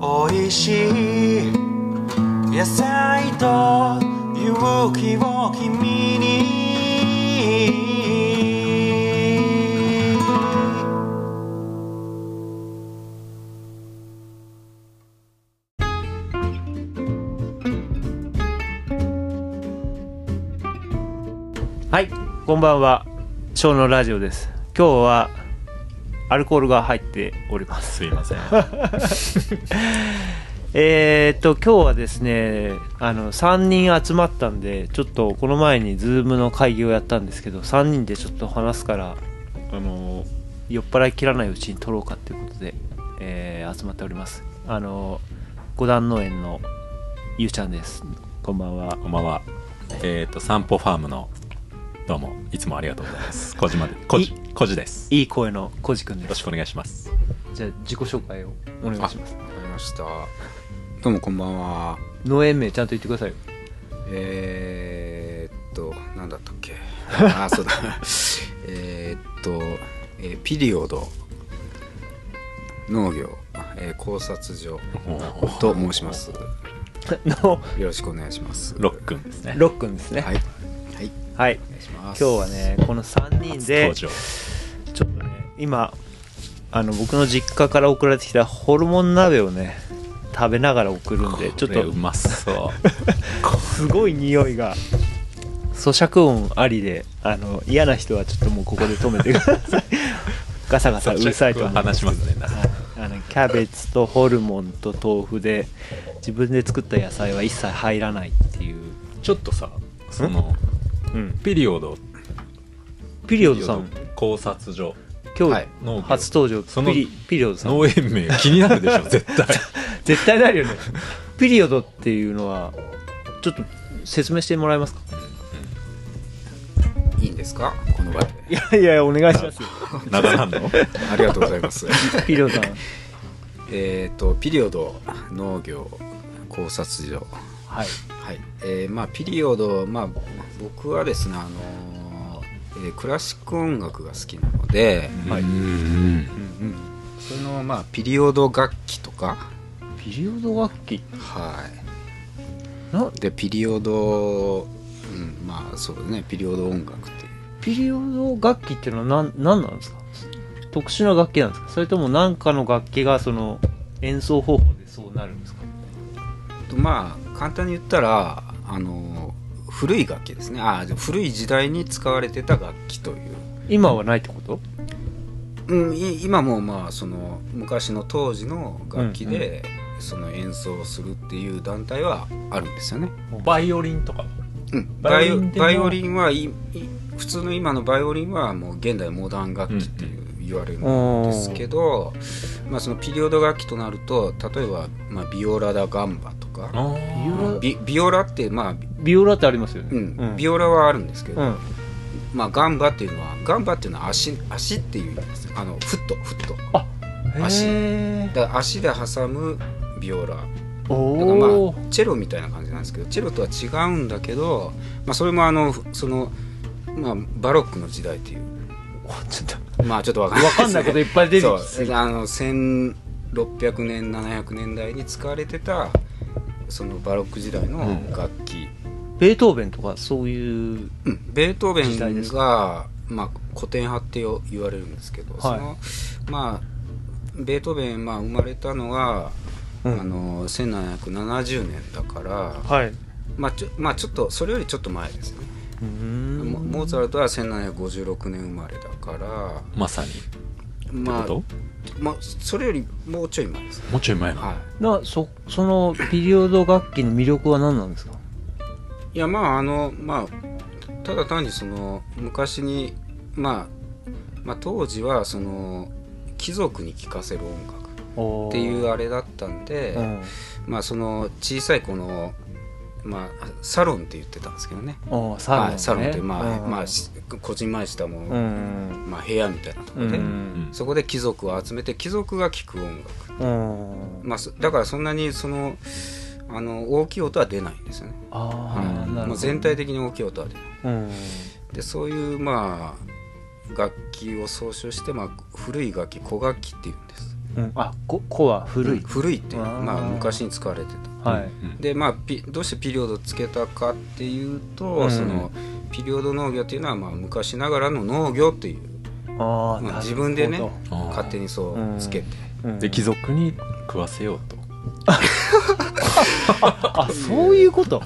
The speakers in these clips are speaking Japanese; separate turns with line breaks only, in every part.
美味しい野菜と勇気を君に
はい、こんばんは。小のラジオです。今日はアルコールが入っております。
すいません
えーっと今日はですね、あの三人集まったんで、ちょっとこの前にズームの会議をやったんですけど、三人でちょっと話すから、あの酔っ払い切らないうちに撮ろうかということで、えー集まっております。あの五段農園のゆうちゃんです。こんばんは。
こんばんはえっ、と散歩ファームのどうもいつもありがとうございます小島で小じ小じですよ
いい声のこじくんで
ろ
す
し。くお願いします
じゃあ自己紹介をお願いします。
わかりました。どうもこんばんは。
農園名ちゃんと言ってくださ いよ。
えー、っと、なんだったっけ。あー、そうだ。えーっと、えーピリオド。農業、えー考察所と申します。よ
の
ろしくお願いします。
ロックンですね
ロックンですね。
はい。はい。
はい。
お願いし
今
ます。
日は。ねこの3人で
登
ちょ
場
っとね今あの僕の実家から送られてきたホルモン鍋をね食べながら送るんでちょっ
これ
と
うまそう
すごい匂いが咀嚼音ありであの嫌な人はちょっともうここで止めてください ガサガサうるさいと思い
話しますねなんか
はいあのキャベツとホルモンと豆腐で自分で作った野菜は一切入らないっていう、
ちょっとさその
うん、
ピリオド
ピリオドさん
ピリオド考察所
今
はい
日の初登場、
その
ピリピリオドさん
農園名気になるでしょ絶対
絶対なるよねピリオドっていうのはちょっと説明してもらえますか
いいんですか。この場で。
いやいやお願いしますよ
なだなんの
ありがとうござい ます。
ピリオドさん
えーっと、ピリオド、農業、考察所。
はい
はいえーまあ、ピリオド、まあ、僕はですね、あのーえークラシック音楽が好きなので、
はい
うん
その、まあ、ピリオド楽器とか、
ピリオド楽器
は、
ない
でピリオド、うんまあそうだね、ピリオド音楽っていう。
ピリオド楽器っていうのは何何なんですか特殊な楽器なんですかそれとも何かの楽器がその演奏方法でそうなるんですか
とまあ簡単に言ったら、あのー古い楽器ですねあーで古い時代に使われてた楽器という。
今はないってこと
うん、い今もまあその昔の当時の楽器で、その演奏するっていう団体はあるんですよね。
バイオリンとか
うん
バ
バ
イ
イ
オ
オ
リンでも
バイオリンはいい普通の今のバイオリンはもう現代モダン楽器っていう言われるんですけど、まあ、そのピリオド楽器となると例えば、まあ、ビオラだガンバとか
ビオラ
ビビオラって、まあ
ビオラってありますよね
うんビ
オ
オラはあるんですけど、
うん
まあ、ガンバっていうのはガンバっていうのは足足っていう意味ですあのフットフット足
へ
だから足で挟むビオラだ
ー
から
お
ま
お
あチェロみたいな感じなんですけどチェロとは違うんだけど、まあ、それもあのその、まあ、バロックの時代っていう
ちょっと
まあちょっとわかんない
分かんないこといっぱい出てきて
そうあの1600年700年代に使われてたそのバロック時代の楽器、
ベートーベンとかそういう
うんベートーベ
時代で
ン
す
が、まあ、古典派ってよ言われるんですけど、
は
そのまあベートーベン、まあ、生まれたのが、
うん
あの1770年だから、
はい
まあ、ちょまあちょっとそれよりちょっと前ですね、モモーツァルトは1756年生まれだから
まさにって
ま
こ
あ
と
まあ、それよりもうちょい前ですね
もうちょい前なの
は
なそそのピリオド楽器の魅力は何なんですか
い、いやまああのまあただ単にその昔に、まあ、まあ当時はその貴族に聴かせる音楽
っ
っていう
う
あれだったんで、
ん
まあその小さいこの、まあ、サロンって言ってたんですけどね
おーサロン、
は
ね、
いサロンってまあ、
うん
まあしこじんまりしたも
う
の、
ん
まあ、部屋みたいなとこ
う
ろで、
ん
そこで貴族を集めて貴族が聴く音楽、
うん
まあ、そだからそんなにそのあの大きい音は出ないんですよね
あーな
は
る
い
ほど
まあ、全体的に大きい音は出ない
うん
でそういうまあ楽器を総称して、まあ、古い楽器古楽器っていうんです、
ううん、あこ「こ」は古い、
古いっていう
あー
まあ昔に使われてた
はい
うん
でまあピどうしてピリオドつけたかっていうと、
うん
そのピリオド農業っていうのはまあ昔ながらの農業っていう、
ああ
まあ自分でね
あー
勝手にそ
うん
うつけて、
で貴
づ
族に食わせようと
あそういうこと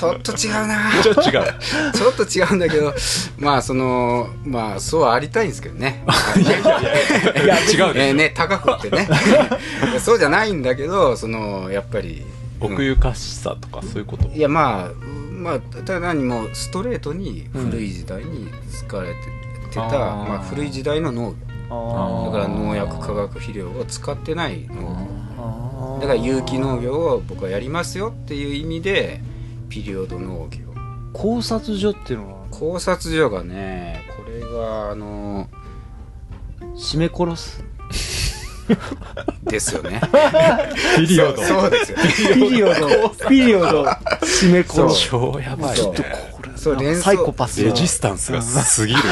ちょっと違うな
じゃあ違う
ちょっと違うんだけどまあそのまあそうありたいんですけどね
いやいやいやい や違う
え
ね
ーね高くって ねそうじゃないんだけどそのやっぱり
奥ゆかしさとかそういうこと
いやまあまあただ単にもうストレートに古い時代に使われてた、
うんあー
まあ、古い時代の農業だ
あ
から農薬化学肥料を使ってない農業
あ
だから有機農業を僕はやりますよっていう意味でピリオド農業
考察所っていうのは
考察所がねこれがあの
締め殺す
ですよね
ピリオド
そうそうです よね
ピリオドピリオド締め殺す
超やばい
そう
ね
これ
そう連想
サイコパス
レ
だ
ジスタンスがすぎる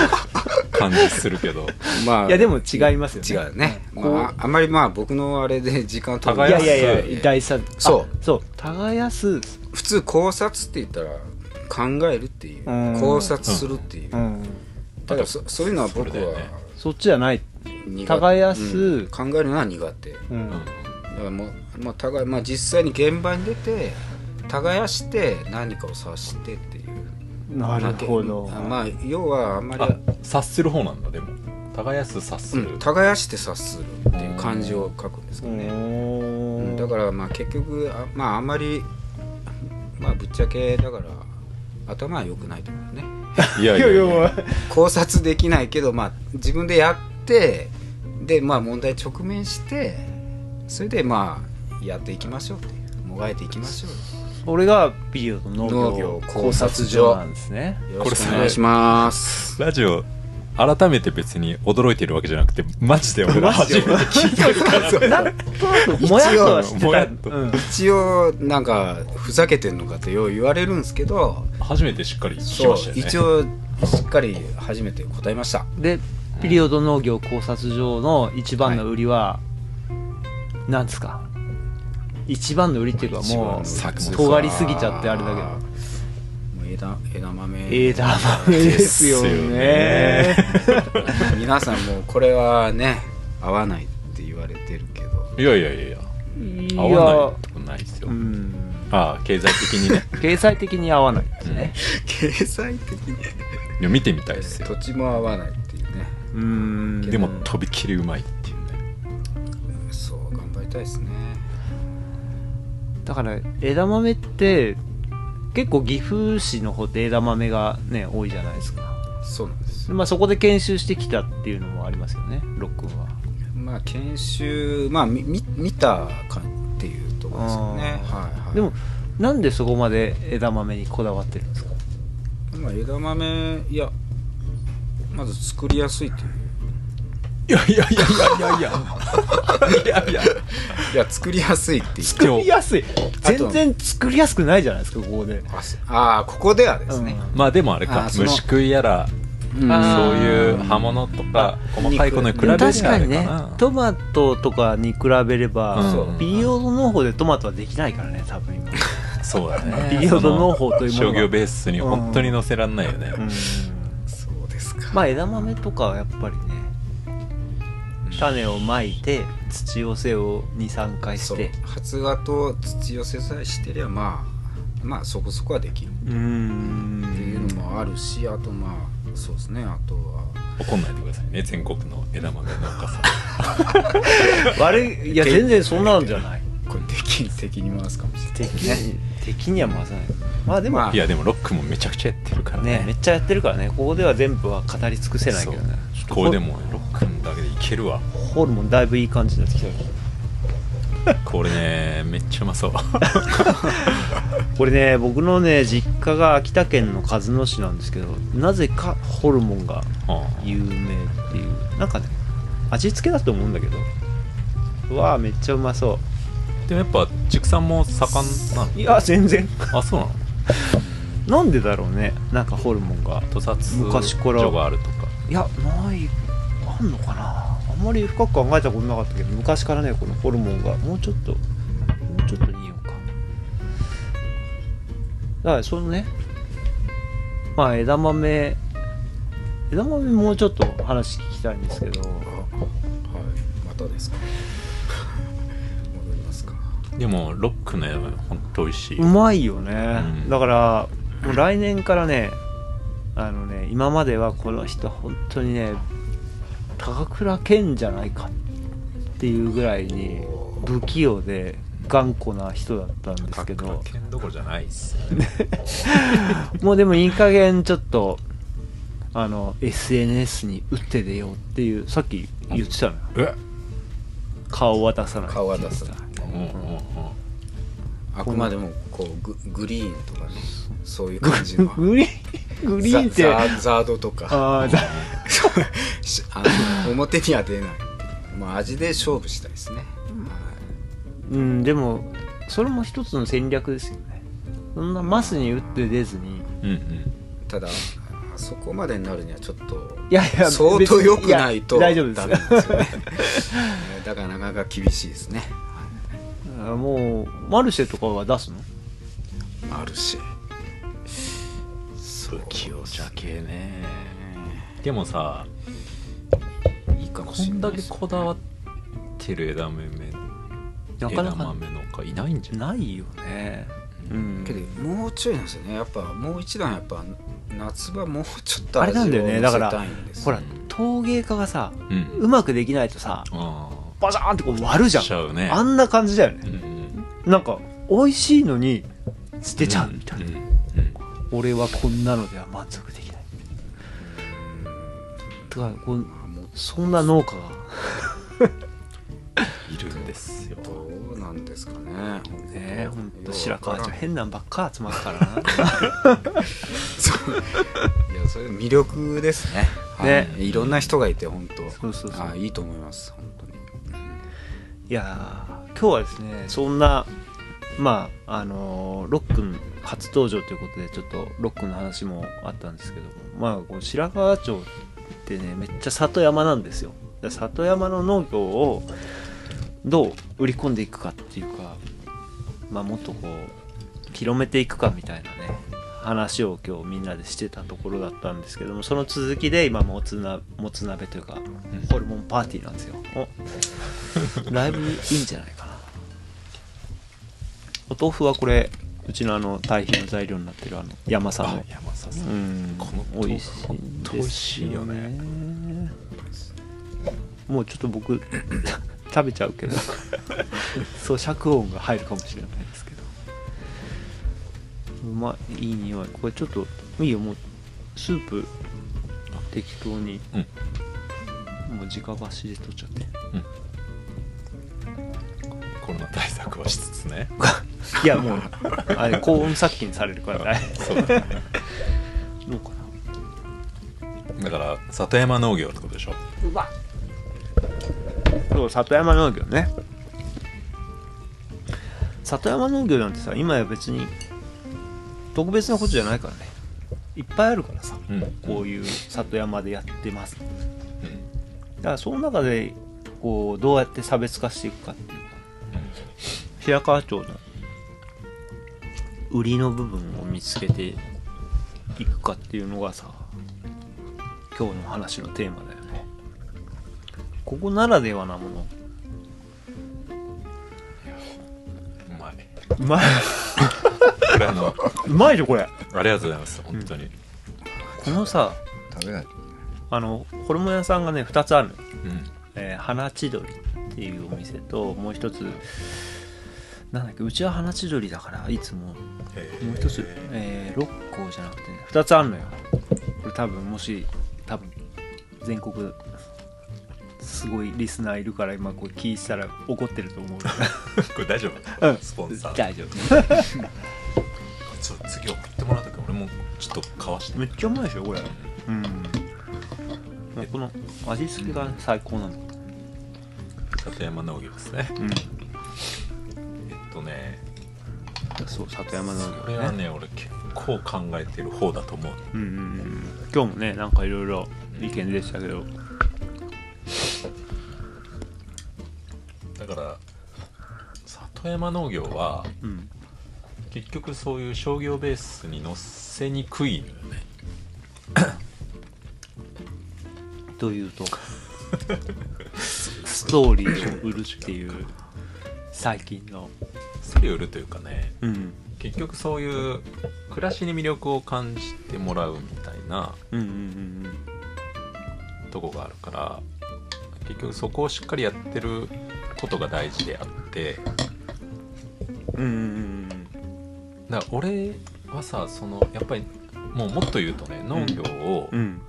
感じするけど
まあ
いやでも違いますよ
違
ね
うね、
こ
ま
う
あ、ああんまりまあ僕のあれで時間取
いやいや
耕
いや第三
そう
あそう耕す
普通考察って言ったら考えるっていう
うん
考察するっていう、
うん
だからそそういうのは僕
それだよね
は
そっちじゃない
苦手
耕す
うん考えるのは苦手だか
うん
らもう、まあ、耕まあ実際に現場に出て耕して何かを察してっていう
なるほど
まあまあ要はあんまり
あ察する方なんだでも耕す察す
う
る、
ん、耕して察するっていう漢字を書くんですけどね、うんだ
だ
からまあ結局あまああんまりまあぶっちゃけだから頭は良くないと思うね
いやいやいや
考察できないけどまあ自分でやってでまあ問題直面してそれでまあやっていきましょうっていうもがいていきましょ
それがビデオの
農
農業
業
考
考
察
察
所
所
なんですね
うよよ
これ
ろしくお願いします
ラジオ改めて別に驚いてるわけじゃなくてマジで俺ら初めて聞い た
なんとなくもやっとはしてた
もやっと
うん
一応なんかふざけてんのかってよう言われるんですけど
初めてしっかり聞き
そう
ましたよね
一応しっかり初めて答えました
でピリオド農業考察所の一番の売りは何ですか一番の売りっていうかも
一番の売り
う尖りすぎちゃってあれだけど
もう枝枝豆
枝豆ですよね
皆さんもうこれはね合わないって言われてるけど
いやいやいやいや
い
合わ
や
ないことないですよ、
うん
ああ経済的にね
経済的に合わないですね
経済的に
いや見てみたい ですよ
土地も合わないっていうね
うん
でもとびきりうまいっていうね
そう頑張りたいですね
だから枝豆って結構岐阜市の方って枝豆がね多いじゃないですか、
そうなんですよ
まあ、そこで研修してきたっていうのもありますよねロックンは
まあ研修まあみみ見たかっていうところですよね
あー
はいはい
でもなんでそこまで枝豆にこだわってるんですか
まあ枝豆いやまず作りやすいっていう
いやいやいやいやいやいやいやいや
いや作りやすいっていう
作りやすい
あと
全然作りやすくないじゃないですかここで
あすあーここではですね、
まあでもあれ
あ
か
ーその
虫食いやら
うん
あー
そういう刃物とか細かいこのに
で
比べる
も
と
確かにねトマトとかに比べれば、
うん
ビリオド農法でトマトはできないからね多分今、
そうだね
ビリオド農法というもの
商
は
業ベースに本当に載せられないよね、
うん
そうですか
まあ枝豆とかはやっぱりね種をまいて土寄せを23回
そ
し
う
て
発芽と土寄せさえしてりゃまあまあそこそこはできる
うー
っていうんのもあるしあとまあそうですねあとは
怒んないでくださいね全国の枝豆農家さん
悪いいや全然そんなんじゃない
これ敵敵に回すかもしれ
敵に敵にはまさないまあでも、
まあ
いやでもロックもめちゃくちゃやってるからね
ねめっちゃやってるからねここでは全部は語り尽くせないけどね
そう
ちょっと
これでもロックンだけでい けるわ
ホルモンだいぶいい感じになってきたよ
これねめっちゃうまそう
これね僕のね実家が秋田県の鹿角市なんですけどなぜかホルモンが有名っていうなんかね味付けだと思うんだけどうわあめっちゃうまそ
でもやっぱ畜産も盛んな
ういや全然
のあそうなの
なんでだろうねなんかホルモンが
屠殺
昔から
所があるとか
いやないあんのかなあんまり深く考えたことなかったけど昔からねこのホルモンがもうちょっともうちょっとにようかだからそのねまあ枝豆枝豆もうちょっと話聞きたいんですけど
はいまたですか 戻りますか
でもロックのやばい本当美味しいう
まいよね、
うん
だからもう来年からねあのね今まではこの人本当にね高倉健じゃないかっていうぐらいに不器用で頑固な人だったんですけど
剣どころじゃないっす
もうでもいい加減ちょっとあの SNS に打って出ようっていうさっき言ってたのよ
え
顔は出さない
顔は出さない
うんうんうん
あくまでもこうググリーンとかねそういう感じの
グリーングリーンって
ザ
あ
ザザードとか
あーだ
しあの表には出ないまあ味で勝負したいですね、
うんでもそれも一つの戦略ですよねそんなマスに打って出ずに
うんうん
ただあそこまでになるにはちょっと
いやいや
相
別
当
に
良くないと
や大丈夫で
ダ
す
メなんですよね だからなかなか厳しいですね
あもうマルシェとかは出すの
マルシェ
不器用じゃけねでもさ
いいかも
こ
しれ
ん
な
だ
いで
け
すね
こだわってる枝豆
なかな
枝
か
豆のかいないんじゃない
ないよねうん
けどもうちょいなんですよねやっぱもう一段やっぱ夏場もうちょっと
あれ
味を
なんだよねだから
乗せたいんです
ほ
よ
ら陶芸家がさ
うん
うまくできないとさ
あ
バシャーンってこう割るじ
あ
ゃん
しちゃうね
あんな感じだよ
う
ね
んうん
なんか美味しいのに捨てちゃうみたいな、
んうん
俺はこんなのでは満足できないだからこう
まあもう
そんな農家が
いるんですよ
どうなんですかね
ねえほん
よ
と
う
白川
わ
ち
から
ゃん
ん
変なんばっか集まるか らな
そういやそれ魅力ですね
ね
はい、いろんな人がいて本当
そうそうそう
あいいと思います本当に
いやー今日はですねそんなまああのーロックン初登場ということでちょっとロックンの話もあったんですけどもまあこう白川町ってねめっちゃ里山なんですよだから里山の農業をどう売り込んでいくかっていうかまあもっとこう広めていくかみたいなね話を今日みんなでしてたところだったんですけどもその続きで今もつなもつ鍋というかホルモンパーティーなんですよおライブいいんじゃないかなお豆腐はこれうちのあの堆肥の材料になってるあの山さんの
あ山佐さ
うんん
この豆腐
美味しい
ほん
んです
と美味しいよね
もうちょっと僕 食べちゃうけど そう尺音が入るかもしれないですけどうまいいい匂いこれちょっといいよもうスープ適当に、もう直箸で取っちゃって
コロナ対策はしつつね
いやもうあれ高温殺菌されるから大変
そう
ど
だ
うかな
だから里山農業ってことでしょ
そう里山農業ね里山農業なんてさ今や別に特別なことじゃないからねいっぱいあるからさ
うん
こういう里山でやってますだからその中でこうどうやって差別化していくかっていうか白川町の売りの部分を見つけていくかっていうのがさ今日の話のテーマだよねここならではなもの
うまいう
まい
これあの
うまいよこれ
ありがとうございます本当に
このさ
食べない
あのホルモン屋さんがね2つあるの、
うん
えー花千鳥っていうお店ともう一つなんだっけうちは花千鳥だからいつももう一つ、えー、6校じゃなくてね2つあるのよこれ多分もし多分全国すごいリスナーいるから今これ聞いてたら怒ってると 思う
これ大丈
う
夫
ん
スポンサー
大丈夫
ちょっと次送ってもらうとき俺もちょっとかわして
めっちゃうまいでしょこれうんもうこの味付けがね最高なの
里山農業ですね
うん
えっとね
そう里山の
これはね俺結構考えてる方だと思う
うんうんうん今日もねなんかいろいろ意見でしたけど
だから里山農業は
うん
結局そういう商業ベースに乗せにくいのよね
というとストーリーを売るっていう最近の
それを売るというかね
うん
結局そういう暮らしに魅力を感じてもらうみたいな
うんうんうん
とこがあるから結局そこをしっかりやってることが大事であって
うんうんうんうん
だから俺はさそのやっぱりもうもっと言うとね農業を
うん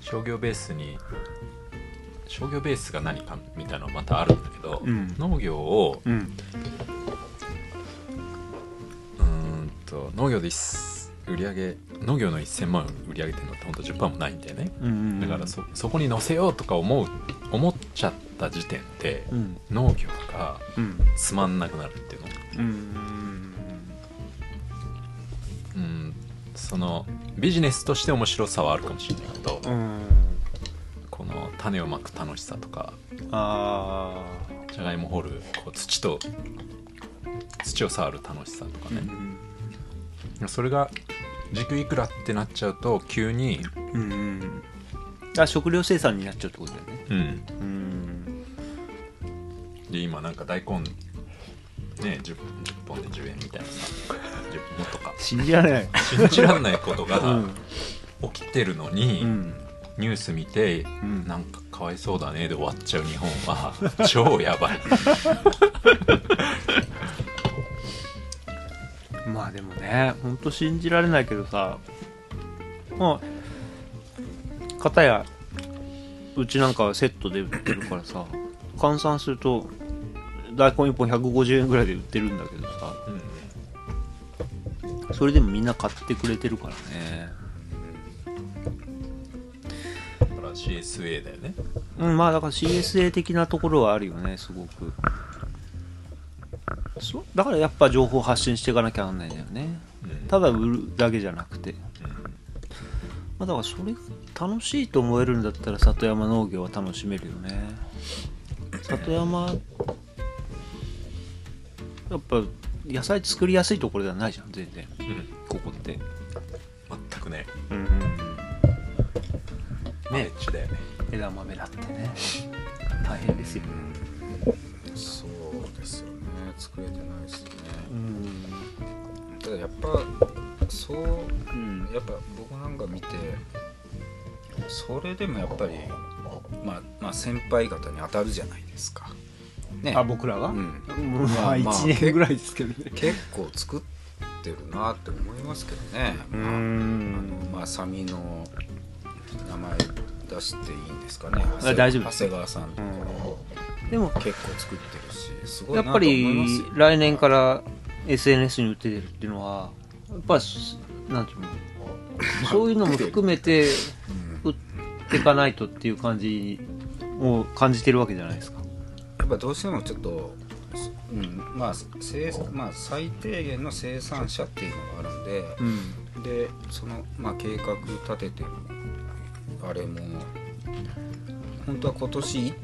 商業ベースに商業ベースが何かみたいなのはまたあるんだけど、
うん
農業を
うん
うーんと農業で一売り上げ農業の1000万売り上げてるのってほんと10%もないんだよね
うんうん
だからそそこに乗せようとか思う思っちゃった時点で
うん
農業が
うん
つまんなくなるっていうの
うんうん
うんそのビジネスとして面白さはあるかもしれないけど、
うんうん
この種をまく楽しさとか
あ
じゃがいも掘るこう土と土を触る楽しさとか
ーう
ね、
ん
それが時給いくらってなっちゃうと急に、
うんうんあ食料生産になっちゃうってことだよね
うん、
うん
で今なんか大根ね 10, 10本で10円みたいなさ10もっと か
信じられない
信じらんないこと
う
が
ん
起きてるのに、
うん
ニュース見て、
ん
なんかかわいそうだねで終わっちゃう日本は 超やばい
まあでもねほんと信じられないけどさまあ片やうちなんかはセットで売ってるからさ換算すると大根1本150円ぐらいで売ってるんだけどさそれでもみんな買ってくれてるからね
だから CSA だよね
うんまあだから CSA 的なところはあるよねすごくそだからやっぱ情報発信していかなきゃなんないんだよね
うん
ただ売るだけじゃなくてまあ、だからそれが楽しいと思えるんだったら里山農業は楽しめるよね里山やっぱ野菜作りやすいところではないじゃん全然
うんうん
ここって
全くね
うん、
マレッジだよね
枝豆だってね大変ですよね
そうですよね作れてないですよね
うん
ただやっぱそう、うん、やっぱ僕なんか見てそれでもやっぱり、まあ、まあ先輩方に当たるじゃないですかね
あ僕らが、
うん
まあ
まあ
1年ぐらいですけどね
結構作ってるなって思いますけどね、あの
ん
まあサミの名前出していいんですかね
あ大丈夫
長谷川さんとか
でも
結構作ってるしすごい
や
な
っ
と
ぱ
思いま
り
すよ
来年から SNS に打って出るっていうのはやっぱりすなんていうのそういうのも含めて打っていかないとっていう感じを感じてるわけじゃないですか。
やっぱどうしてもちょっと、うんまあ生まあ、最低限の生産者っていうのがあるんで、
うん
でその、まあ、計画立ててるあれも本当は今年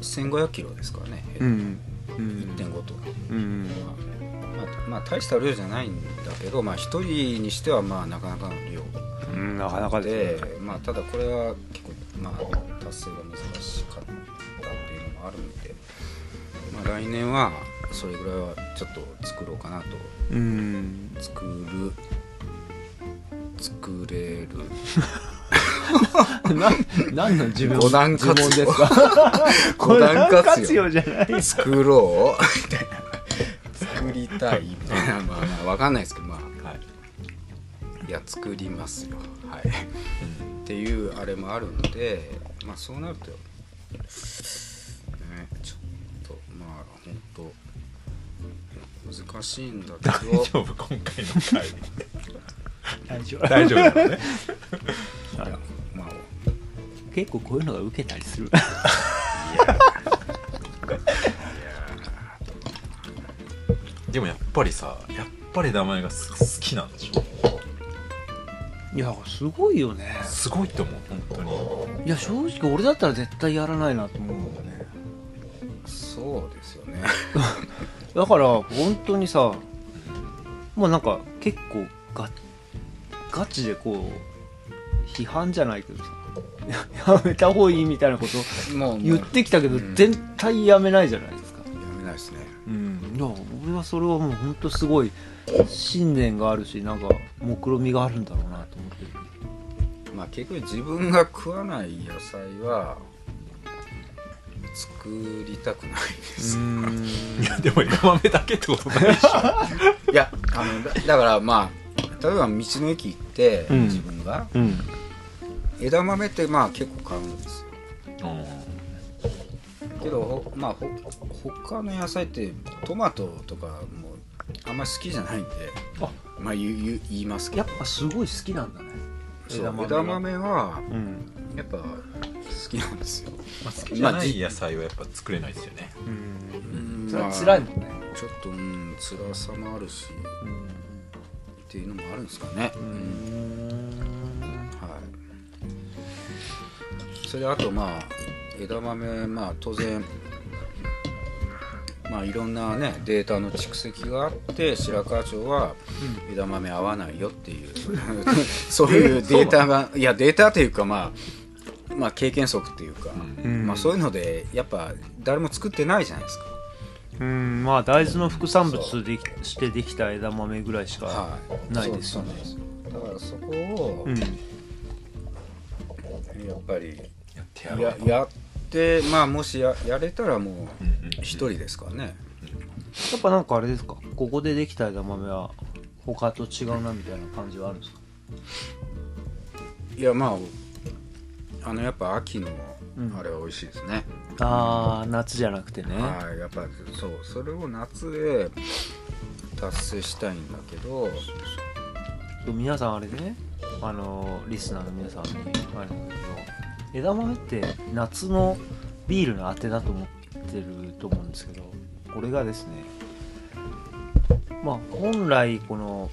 1500キロですからね、
うん
1.5トン、
うん
まあまあまあ、大した量じゃないんだけど、まあ、1人にしてはまあなかなかの量
うんなかなか
で
ですね。、
まあ、ただこれは結構、まあ、達成が難しかったっていうのもあるんで、まあ、来年はそれぐらいはちょっと作ろうかなと
うん
作る作れる
何の自
五段活用ですか
こ
五
れ
段活
活
用
用じゃない。
作ろうみたいな 作りたいみたいなまあまあわかんないですけどまあ
はい、
いや作りますよはいっていうあれもあるのでまあそうなるとねちょっとまあ本当難しいんだけ
大
ど
丈夫今回の回
大丈
大丈夫だろうね
まあ
夫結構こういうのが受けたりする。
でもやっぱりさやっぱり名前がす好きなんでしょ
いやすごいよね。
すごいと思う本当に
いや正直俺だったら絶対やらないなと思うもんね。
そそうですよね
だから本当にさもうなんか結構ガガチでこう批判じゃないけどさ やめた方がいいみたいなこと
もう
言ってきたけど
うん
絶対やめないじゃないですか、
やめないですね
うん、いや俺はそれはもう本当すごい信念があるしなんか目論見みがあるんだろうなと思って
まあ結局自分が食わない野菜は作りたくないです、
いやでも枝豆だけってことない し
いやあのだだからまあ例えば道の駅行って、
うん
自分が
うん
枝豆ってまあ結構買うんですよけどほまあほ他の野菜ってトマトとかもあんまり好きじゃないんで
あ
まあ言う言う言いますけ
や
ど
っぱすごい好きなんだね
そう枝豆は
うん、
やっぱ好きなんですよ、
まあ、好きじゃない野菜はやっぱ作れないですよね
うん、
それは辛いもんねちょっとうん辛さもあるしっていうのもあるんですかね、うんはいそれであとまあ枝豆まあ当然まあいろんなねデータの蓄積があって白川町は枝豆合わないよって いう、そういうデータがいやデータというかまあまあ経験則っていうか、
ん
まあそういうのでやっぱ誰も作ってないじゃないですか、
うんまあ大豆の副産物できしてできた枝豆ぐらいしか
はい
ないですよね
そうそうなんですよだからそこを、
うん
やっぱり
やってやろう
ややってまあもしややれたらも
う
うん
うん
一人ですからね、
やっぱなんかあれですかここでできた枝豆は他と違うなみたいな感じはあるんですか
いやまああのやっぱ秋の
うん
あれは美味しいですね、
ああ夏じゃなくてね
はいやっぱそうそれを夏へ達成したいんだけど
皆さんあれねあのリスナーの皆さんにあれなんだけど枝豆って夏のビールのあてだと思ってると思うんですけどこれがですねまあ本来この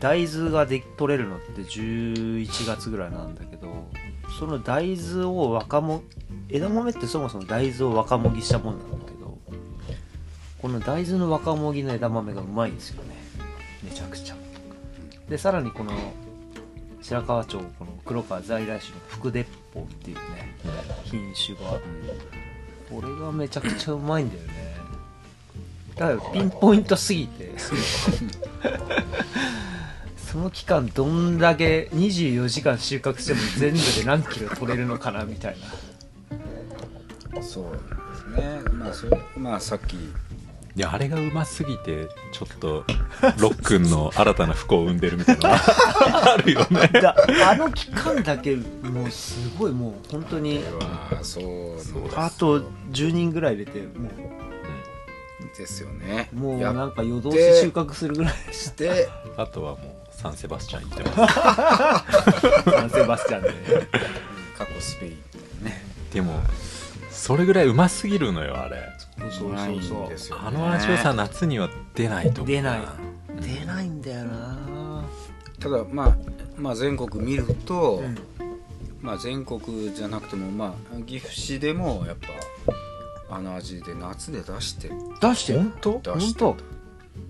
大豆がで取れるのって11月ぐらいなんだけどその大豆を若も枝豆ってそもそも大豆を若もぎしたもんなんだけどこの大豆の若もぎの枝豆がうまいんですよねめちゃくちゃでさらにこの白川町この黒川在来種の福鉄砲っていうね品種がこれがめちゃくちゃうまいんだよねだからピンポイントすぎ てその期間どんだけ24時間収穫しても全部で何キロ取れるのかなみたいな
そうですねまあそれまあさっき
いやあれがうますぎてちょっと ロックンの新たな不幸を生んでるみたいなの があるよね
だあの期間だけもうすごいもう本当に
はそうなん
あと10人ぐらい入れても
ですよね
うもう
や
な
っ
んか夜通し収穫するぐらい
して
あとはもうサンセバスチャン行ってます
サンセバスチャンで
過去スペイン
でもそれぐらいうますぎるのよあれ
そうそうそう
ですよね
あの味はさ夏には出ないと思う
出ない出ないんだよな
ただまあまあ全国見ると、
ん
まあ全国じゃなくてもまあ岐阜市でもやっぱあの味で夏で出してる、
出して本当
出
本
して
当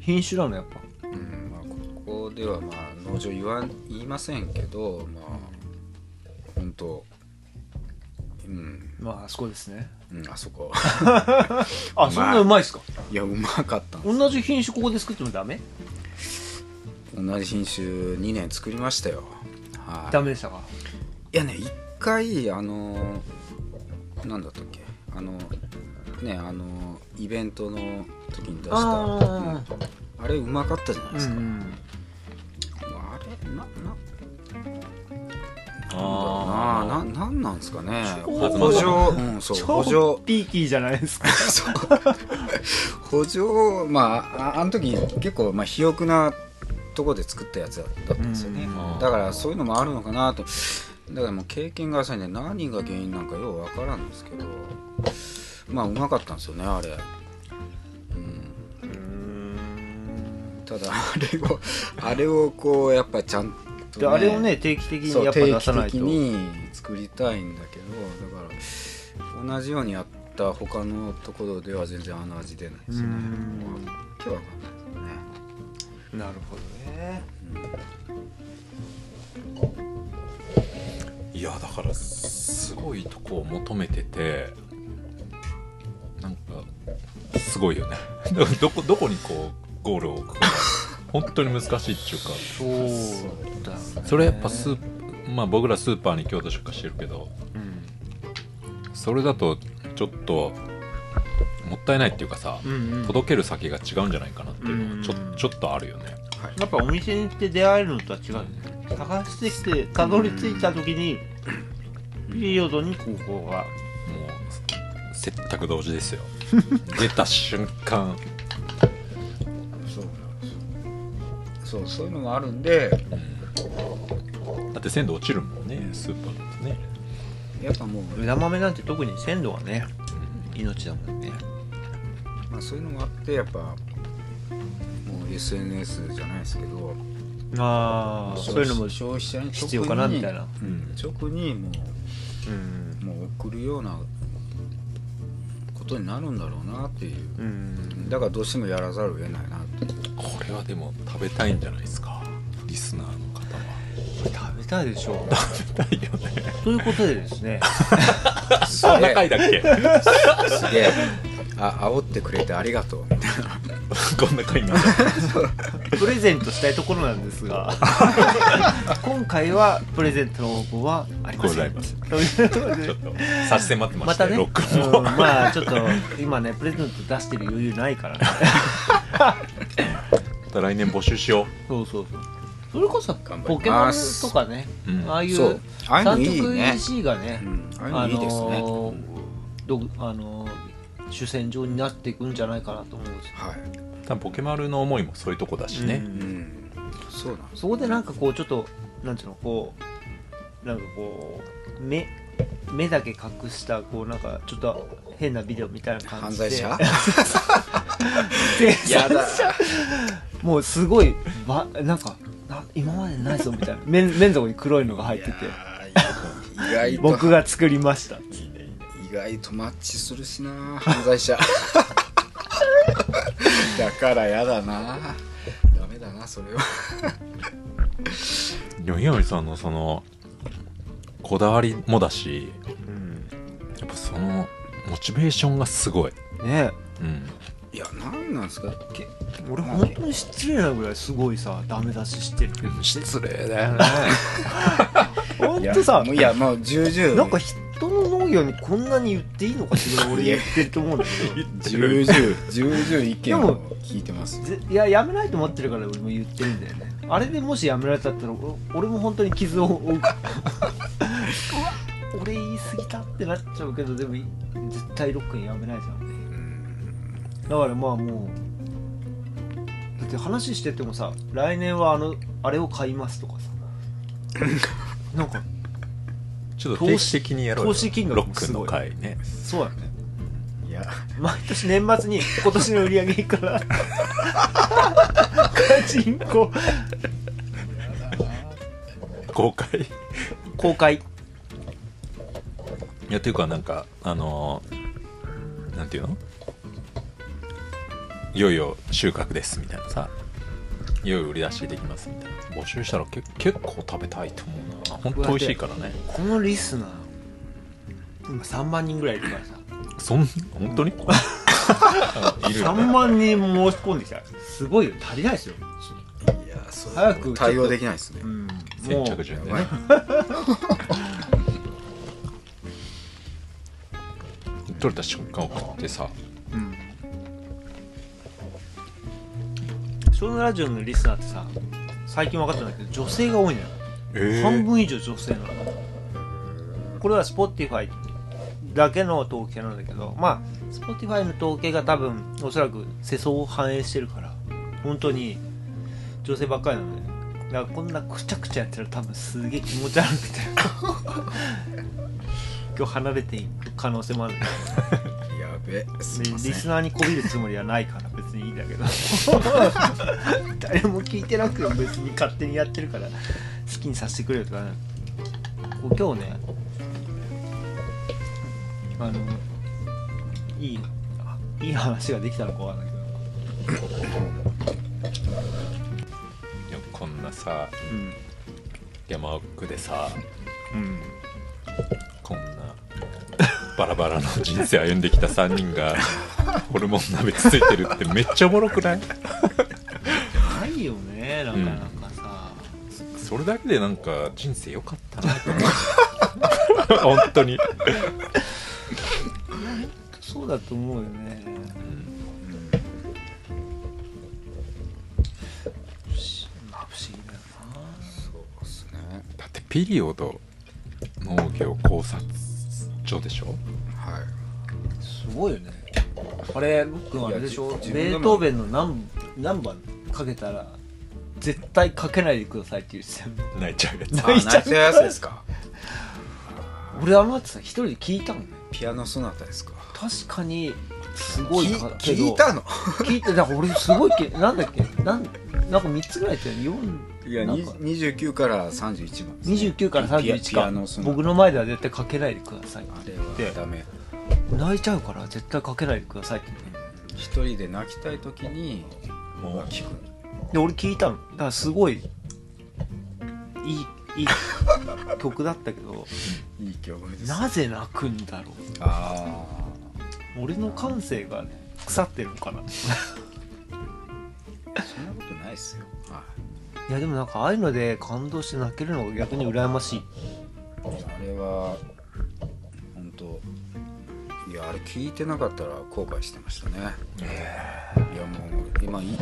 品種なのやっぱ
うんまあ、ここではまあ農場言わん言いませんけどまあ本当うん、
まああそこですね
うん、あそこ
あそんなうまいっすか
いやうまかったんです
同じ品種ここで作ってもダメ
同じ品種2年作りましたよはい
ダメでしたか
いやね一回あのーなんだったっけあのねあのイベントの時に出した
あ
うんあ,、
ー
れうまかったじゃないで
うんう
すか、
ん
あれなな
あ
なななんなんですかね
超
補助、うん、そう補
超
助
ピーキーじゃないですか
そう補助まあああの時結構まあ肥沃なとこで作ったやつだったんですよね、
うん
だからそういうのもあるのかなとだからもう経験が浅いんで何が原因なんかようわからんですけどまあうまかったんですよねあれ、うん、ただあれをあれをこうやっぱちゃんと、
であれをね定期的
そ
に
う
やっぱ
定
出
期
さない
的
と
に作りたいんだけどだから同じようにやっった他のところでは全然あの味出ないですね
うん
もう今日はわかんないですね
なるほどね
いやだからすごいとこを求めててなんかすごいよね どどこどこにこうゴールを置くか 本当に難しいっていうか
そうだ、ね、
それやっぱスーまあ僕らスーパーに京都出荷してるけど
うん
それだとちょっともったいないっていうかさ、
うんうん
届ける先が違うんじゃないかなっていうのはちょ,、
うん
ちょっとあるよね
やっぱお店に行って出会えるのとは違うよね探してきてたどり着いた時にピリオドに高校が
もう接客同時 ですよ出た瞬間
そうなんですよそうそういうのがあるんで
だって鮮度落ちるもんねスーパーだとね
やっぱもう、
枝豆なんて特に鮮度がね命だもんね
まあ、そういうのがあってやっぱもう SNS じゃないですけど
ああそういうのも
消費者に
必要かなみたいな
うん直にも
うん
うもう送るようなことになるんだろうなっていう
うん
だからどうしてもやらざるを得ないなって
これはでも食べたいんじゃないですかリスナーの方は
食べたいでしょ
食べたいよね
うということでです ね
す
そん
げ
な回
え
だっ け
すげえあ煽ってくれてありがとうみたいな
こんな回なんだ
プレゼントしたいところなんです が今回はプレゼントの応募はありません
ございません
ということで
ちょっと差し迫ってま
ま
した
た
ね
ね、
ロックンも
うんまあちょっと今ねプレゼント出してる余裕ないか らね
また来年募集しよ
そうそうそうそれこそ
頑張
ポ
り
ケモン
ます
とかね、
うん
ああい
そううああいうの
三
いい
色
ね
EC がね
うんああいう
あ
のいいですね
のーどあのー主戦場になっていくんじゃないかなと思うんですよ
は
う多分ポケマルの思いもそういうとこだしね、
う
い、
ん
うん、そうなんです
そこでなんかこうちょっとなんていうのこうなんかこう目目だけ隠したこうなんかちょっと変なビデオみたいな感
犯
じで
罪者
で
やだ
もうすごいばなんかな今までないぞみたいな 面面底に黒いのが入ってて
意外と
僕が作りました
意外とマッチするしな犯罪 者だからやだなダメだなそれは
でも宮森さんのそのこだわりもだしやっぱそのモチベーションがすごい、
ね
うん、
いや何なんですかけ
俺本当に失礼なぐらいすごいさダメ出ししてるけど
失礼だよね
本当さ
いやもういやもう重々
なんか人の農業にこんなに言っていいのかってぐらい俺言ってると思うんだけど
重々重々意見
で
を
も
聞いてます
ぜいややめないと思ってるから俺も言ってるんだよねあれでもしやめられたったらお俺も本当に傷を負う うわ俺言い過ぎたってなっちゃうけどでも絶対ロックンやめないじゃんだからまあもうだって話しててもさ来年はあのあれを買います とかさなんか
ちょっと定期的にやろうよ
投資金額
ロッ
も
ク
す
ンの
ごい
回ね
そうやね
いや
毎年年末に今年の売り上げい くらガチンコ
公開い
公開
やっていうかなんかあのーなんていうのいよいよ収穫ですみたいなさいよいよ売り出しできますみたいな募集したらけ結構食べたいと思うな本当美味しいからね
このリスナー今3万人ぐらいいるからさ
そん本当にいるよね
3万人も申し込んできたすごいよ足りないですよ
いやそう
早く
対応できないですね
うん
先着順で
もう
ね
や
取れた瞬間を食ってさ
うんそのラジオのリスナーってさ最近分かったんだけど女性が多いのよ、半分以上女性なのこれは Spotify だけの統計なんだけどまあ Spotify の統計が多分おそらく世相を反映してるから本当に女性ばっかりなのねだからこんなくちゃくちゃやってる多分すげえ気持ち悪くて 今日離れていく可能性もあるんだけど
やべすい
リ
ません
リスナーにこびるつもりはないから別にいいんだけど 誰も聞いてなくても別に勝手にやってるから好きにさせてくれよとかねこう今日ねあのいいいい話ができたのかわかんないけど、
いやこんなさ山奥でさ
うん
こんなバラバラの人生歩んできた3人がホルモン鍋つついてるってめっちゃおもろくない
ないよねなかなかさ、
それだけでなんか人生良かったなと思う本当に、
そうだと思うよね不思まあ不思議だよ
そうですね
だってピリオド農業考察所でしょ
はい
なすごいよねあれ僕はあれでしょ
い
ベ
や自分で
ー
も
トーベンの何何番かけたら絶対かけないでくださいって言ってたよ
泣いちゃうやつ
あナイスやつですか
俺あのやつさ一人で聞いたもんね
ピアノソナタですか
確かにすごい
き
かけど
聞いたの
聞いてだから俺すごいけなんだっけなんなんか3つぐらいって4
いや
なん
に
か
29から31番ですね
29から31
ピア
か
ノソナタ
僕の前では絶対かけないでください
あれはダメ
泣いちゃうから絶対かけないでくださいって言って
一人で泣きたい時に
もう
聞く
で俺聞いたのだからすごいいいいい曲だったけ ど
いい曲です
なぜ泣くんだろ
あ
う俺の感性が腐ってるのか な
あそんなことないっすよはい
いやでもなんかああいうので感動して泣けるのが逆に羨ましい
あれは本当いやあれ聞いてなかったら後悔してましたねいやもう今いもう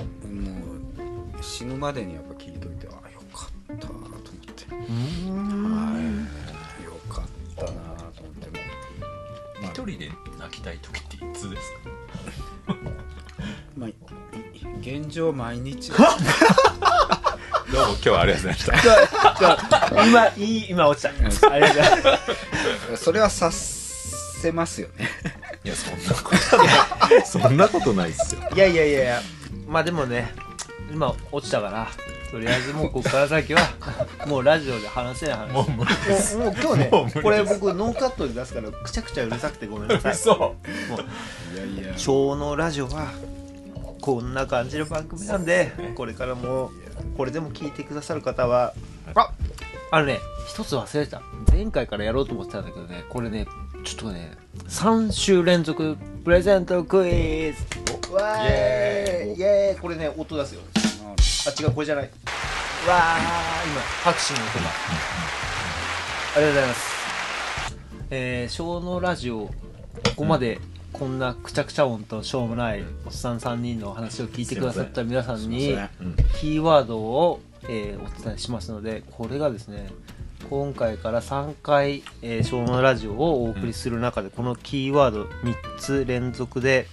死ぬまでにやっぱ聞いといてあよかったと思ってはいよかったなと思っても
一人で泣きたい時っていつですか
うまあい現状毎 日
どうも今日はありがとうございました
今いい今落ちたありがとうございます
それは察せますよね
いやそんなことないそんなことないっすよ
いやいやいやいやまあでもね今落ちたからとりあえずもうここから先 はもうラジオで話せない話も
もう無理です
うもう今日ね
もう無理です
これ僕ノーカットで出すからくちゃくちゃうるさくてごめん なさい
嘘
もう
いや いや
昭のラジオはこんな感じの番組なんでこれからもこれでも聞いてくださる方はああのね一つ忘れてた前回からやろうと思ってたんだけどねこれねちょっとね3週連続プレゼントクイズわーいイエーイこれね音出すよあ違うこれじゃないわー今拍手の音がありがとうございますえー、小のラジオここまでこんなくちゃくちゃ音としょうもないおっさん3人の話を聞いてくださった皆さんに
すいま
せんうん
キーワードを、えーお伝えしますのでこれがですね今回から3回「えー、小のラジオ」をお送りする中でこのキーワード3つ連続で、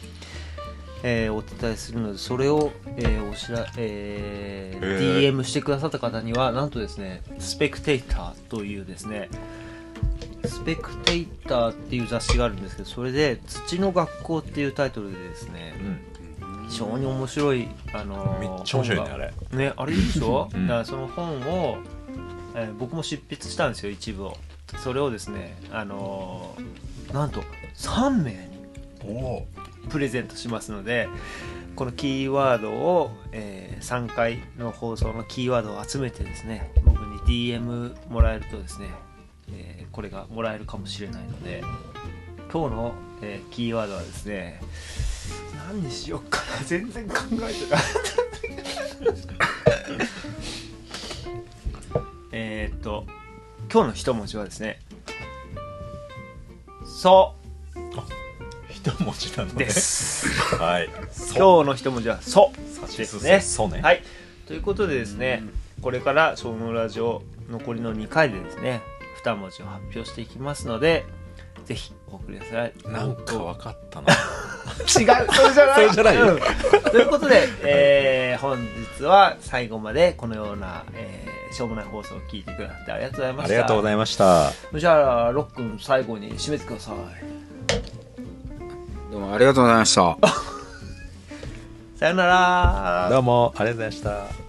えーお伝えするのでそれを、えーおしらえー
へー
DM してくださった方にはなんとですね「スペクテイター」というですねスペクテイターっていう雑誌があるんですけどそれで「土の学校」っていうタイトルでですね
うん
非常に面白いあのー
めっちゃ面白いね
本が
あれ
ねあれいいでしょ、
うん
だからその本を、えー僕も執筆したんですよ一部をそれをですねあのーなんと3名に
お
プレゼントしますのでこのキーワードを、えー3回の放送のキーワードを集めてですね僕に DM もらえるとですね、えーこれがもらえるかもしれないので今日の、えーキーワードはですね何にしようかな全然考えてない えーっと今日の一文字はですね「そ
一文字なの」ね
です。
はい
今日の一文字は「そ」
日
ですね。
そうね
はい、ということでですねこれから「小のラジオ」残りの2回でですね2文字を発表していきますのでぜひお送りください。
なんかわかったな
違うそれじゃない
それじゃないよ
うんということで、えー本日は最後までこのような、えーしょうもない放送を聞いてくださってありがとうございま
あ
し
り
た。
がとうございました
じゃあロックン最後に締めてください。
どうもありがとうございました
さよなら
どうもありがとうございました